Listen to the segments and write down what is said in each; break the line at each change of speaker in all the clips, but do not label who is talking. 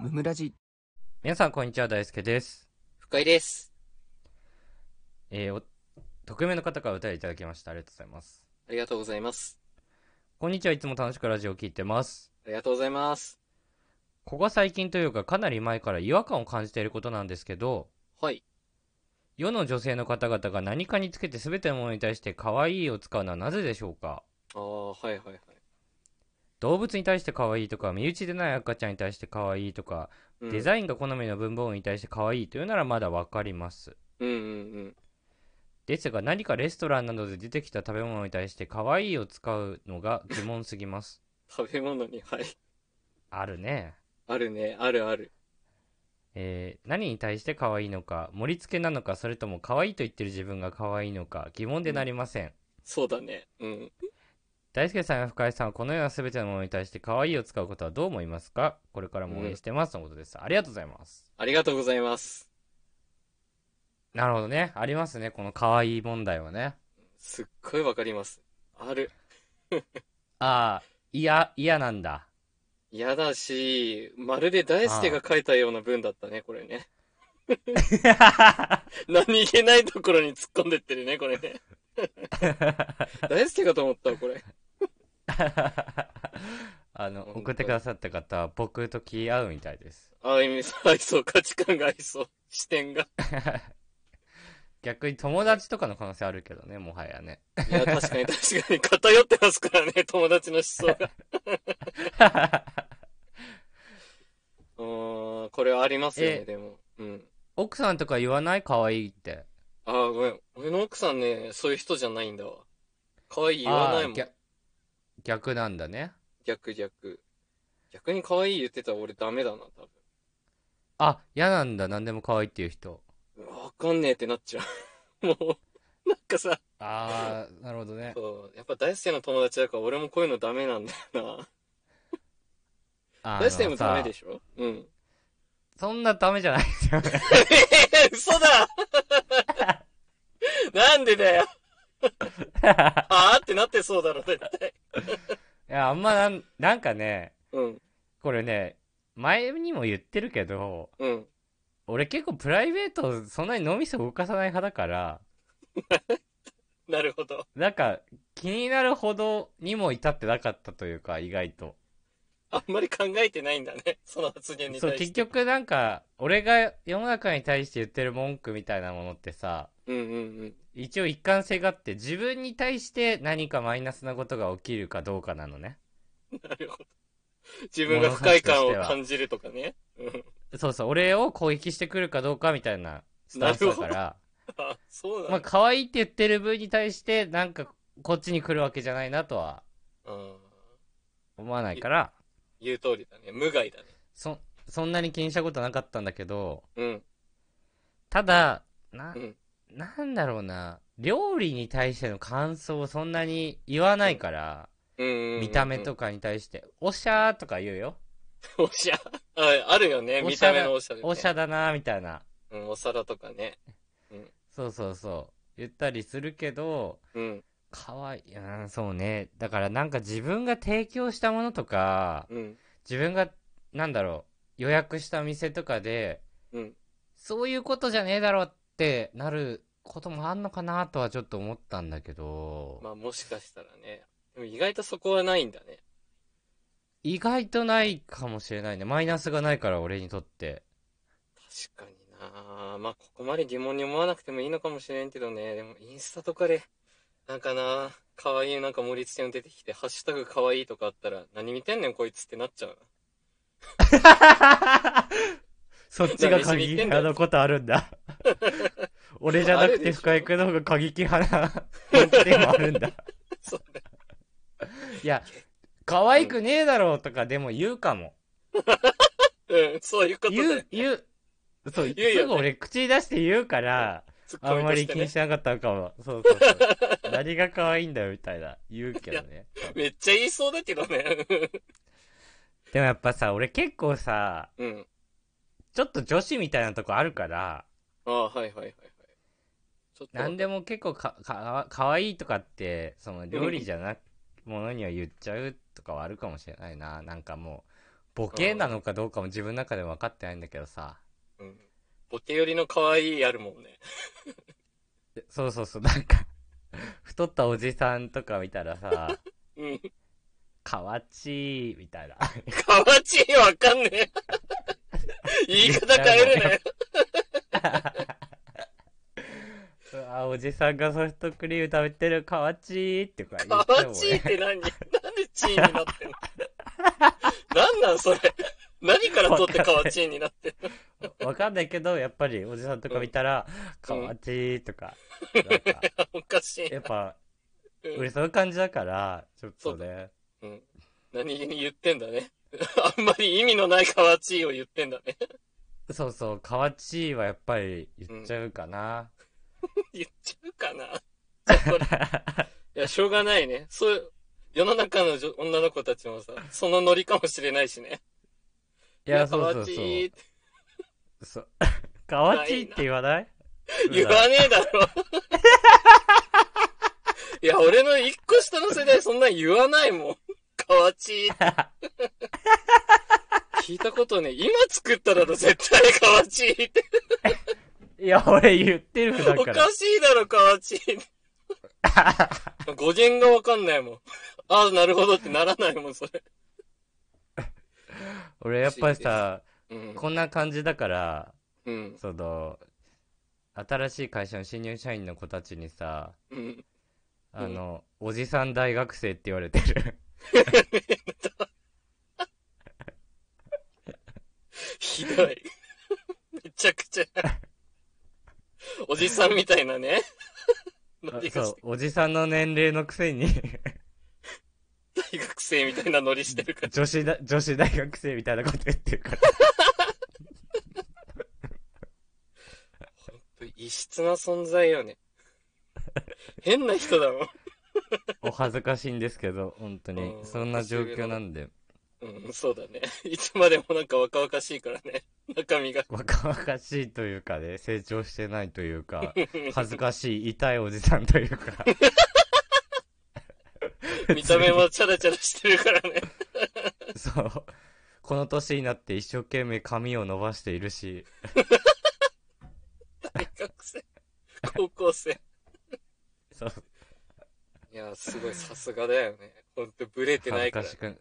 ムムラジ
皆さんこんにちは大輔です、
深井です。
えー、お匿名の方からお便りいただきましたありがとうございます
ありがとうございます。
こんにちはいつも楽しくラジオを聞いてます
ありがとうございます。
ここ最近というかかなり前から違和感を感じていることなんですけど
はい。
世の女性の方々が何かにつけて全てのものに対して可愛いを使うのはなぜでしょうか
ああ、はいはいはい。
動物に対して可愛いとか身内でない赤ちゃんに対して可愛いとか、
うん、
デザインが好みの文房具に対して可愛いというならまだわかります
うんうん
ですが何かレストランなどで出てきた食べ物に対して可愛いを使うのが疑問すぎます
うん。食べ物に、はい。
あるね
あるね、あるある。
えー何に対して可愛いのか盛り付けなのかそれとも可愛いと言ってる自分が可愛いのか疑問でなりません、
そうだね。うん。
大輔さんや深井さんはこのような全てのものに対して可愛いを使うことはどう思いますかこれからも応援してますとのことです、ありがとうございます
ありがとうございます。
なるほどねありますねこの可愛い問題はね
すっごいわかります。ある。
ああ嫌嫌なんだ
嫌だし、まるで大輔が書いたような文だったね、これ ね。何気ないところに突っ込んでってるね、これ ね。大輔かと思ったわ、これ。
あの
本当
送ってくださった方は僕と気合うみたいです
ああ、意味、合いそう、価値観が合いそう。視点が。
逆に友達とかの可能性あるけどねもはや ね
いや、確かに確かに偏ってますからね、友達の思想 が。うーん、これはありますよ
え
ね、でも。うん。
奥さんとか言わない可愛いって
ああ、ごめん。俺の奥さんね、そういう人じゃないんだわ。可愛い言わな
あ
いも
ー
ん。
ぎゃ逆なんだね
逆逆。逆に可愛い言ってたら俺ダメだな、多
あ嫌なんだ何でも可愛いっていう人
分。わかんねえってなっちゃう。 もう、なんかさ、
ああなるほどね
そう、やっぱ大輔の友達だから俺もこういうのダメなんだよな。
あ
大輔もダメで
し
しょうん。
ょそんなダメじゃない ですよね
えー、嘘だなん でだよあーってなってそうだろ、絶対。
いやあんまなんなんかね
うん、
これね前にも言ってるけど
うん。
俺結構プライベートそんなに脳みそ動かさない派だから
なるほど。
なんか気になるほどにも至ってなかったというか意外と
あんまり考えてないんだね、その発言に
そう
対し
結
て。
局なんか俺が世の中に対して言ってる文句みたいなものってさ
うんうんうん。
一応一貫性があって自分に対して何かマイナスなことが起きるかどうかなのね
なるほど。自分が不快感を感じるとかね。うん
そうそう俺を攻撃してくるかどうかみたいなスタンスだから
あ、そ
ま
うな
あ
んだ。
可愛いって言ってる分に対してなんかこっちに来るわけじゃないなとは
うん
思わないから
言う通りだね。無害だね。
そそんなに気にしたことなかったんだけど
うん。
ただな
うん
なんだろうな料理に対しての感想をそんなに言わないから、
うんうんう ん。
見た目と
か。
かに対して、おしゃーとか言うよ。
おしゃ。ああるよね。
お
見
しゃ
た
れ
目のおしゃれね。
おしゃだなーみたいな。
うん、お皿とかね。
そうそうそう。言ったりするけど、
うん。
かわいい。うん、そうね。だからなんか自分が提供したものとか、
うん。
自分が、なんだろう、予約した店とかで、
うん。
そういうことじゃねえだろってなることもあんのかなとはちょっと思ったんだけど、
まあもしかしたらね。でも意外とそこはないんだね。
意外とないかもしれないね。マイナスがないから俺にとって。
確かになまあここまで疑問に思わなくてもいいのかもしれんけどねでもインスタとかでなんかな可愛いなんか盛り付けの出てきて「ハッシュタグ可愛いとかあったら何見てんねんこいつってなっちゃう
そっちが過激派のことあるん だ。俺じゃなくて深井君の方が過激派な本気でもあるんだ。
なそうね
いや、可愛くねえだろうとかでも言うかも。
うんそういうことだ
言
よ
う、言う。そう、
言うよね
すぐ俺口出して言うから、
ツッ
あ
コ
ん
ミ
ま
と
り
して
気に
ね
しなかったのかも。そうそう そう。何が可愛いんだよみたいな。言うけどね。
めっちゃ言いそうだけどね
でもやっぱさ、俺結構さ、
うん
ちょっと女子みたいなとこあるから、
ああはいはいはいはいちょっと
何でも結構かかかわいいとかってその料理じゃなくものには言っちゃうとかはあるかもしれないななんかもうボケなのかどうかも自分の中で分かってないんだけどさ。
うん。ボケ寄りの可愛いあるもんね。
そうそうそう、なんか、太ったおじさんとか見たらさ、
うん。
かわちい、みたいな。
かわちいわかんねえ。 言い方変えるね。
うわおじさんがソフトクリーム食べてる、かわちいってこう言
か
って
わ
も
ちいっ
ね。
て何なんでチーになってんのなんなんそれ何から取ってかわちいになってんの
わかんないけど、やっぱりおじさんとか見たら、かわちいとか、なんか、
おかしいな
やっぱ、
うん
俺そういう感じだから、ちょっとね。
うん。何気に言ってんだね。あんまり意味のないかわちいを言ってんだね。
そうそう、かわちいはやっぱり言っちゃうかな。
言っちゃうかなそこらいや、しょうがないね。そう、世の中の女女の子たちもさ、そのノリかもしれないしね。
いや、そうそう
かわ
そ
ち
う。
いって
そう。かわちいって言わない
言わねえだろ。いや、俺の一個下の世代そんなん言わないもん。かわ ちいって。聞いたことねえ、今作っただろ、絶対かわちいって。
いや、俺言ってるだ
お
から
か。しいだろ、かわ ちいって。語源がわかんないもん。ああ、なるほどってならないもん、それ。
俺やっぱりさ、
うん。
こんな感じだから、
うん。
その、新しい会社の新入社員の子たちにさ、
うん。
あの、おじさん大学生って言われてる。
ひどい。めちゃく ちゃ。おじさんみたいなね。ノリが
そ
し
う、おじさんの年齢のくせ に、
大学生みたいなノリしてるから。
女子だ、女子大学生みたいなこと言ってるから。
異質な存在よね。変な人だもん。
お恥ずかしいんですけど、本当に
う。ん
そんな状況なんで、
うん、そうだね。いつまでもなんか若々しいからね。中身が。
若々しいというかね、成長してないという か、恥ずかしい、痛いおじさんというか。
見た目もチャラチャラしてるからね。
そう。この年になって一生懸命髪を伸ばしているし、
大学生。高校生。
そう。
いや、すごいさすがだよね。ほんとブレ
恥
てな
ず
いか。
からしく、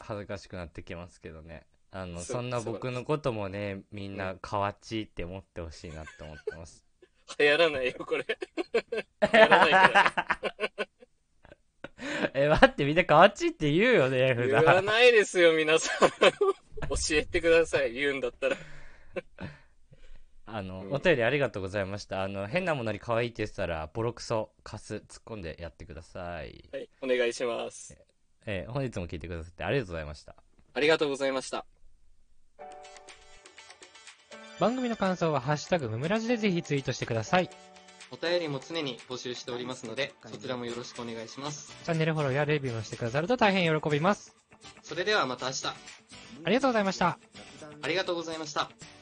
恥ずかしくなってきますけどね。あの、
そう
そんな僕のこともね、みんな、かわちいって思ってほしいなって思ってます。
流行らないよ、これ。流行らないから。
え、待って、みんなかわちいって言うよね、普
言わ
段。
ないですよ、皆さん。教えてください、言うんだったら。
あの、
うん
お便りありがとうございました。あの、変なものに可愛いって言ってたら、ボロクソ、カス、突っ込んでやってください。
はい、お願いします。
えー本日も聞いてくださってありがとうございました。
ありがとうございました。
番組の感想は「ハッシュタグムムラジ」でぜひツイートしてください
お便りも常に募集しておりますので、そちらもよろしくお願いします。
チャンネルフォローやレビューもしてくださると大変喜びます
それではまた明日、
ありがとうございました
ありがとうございました。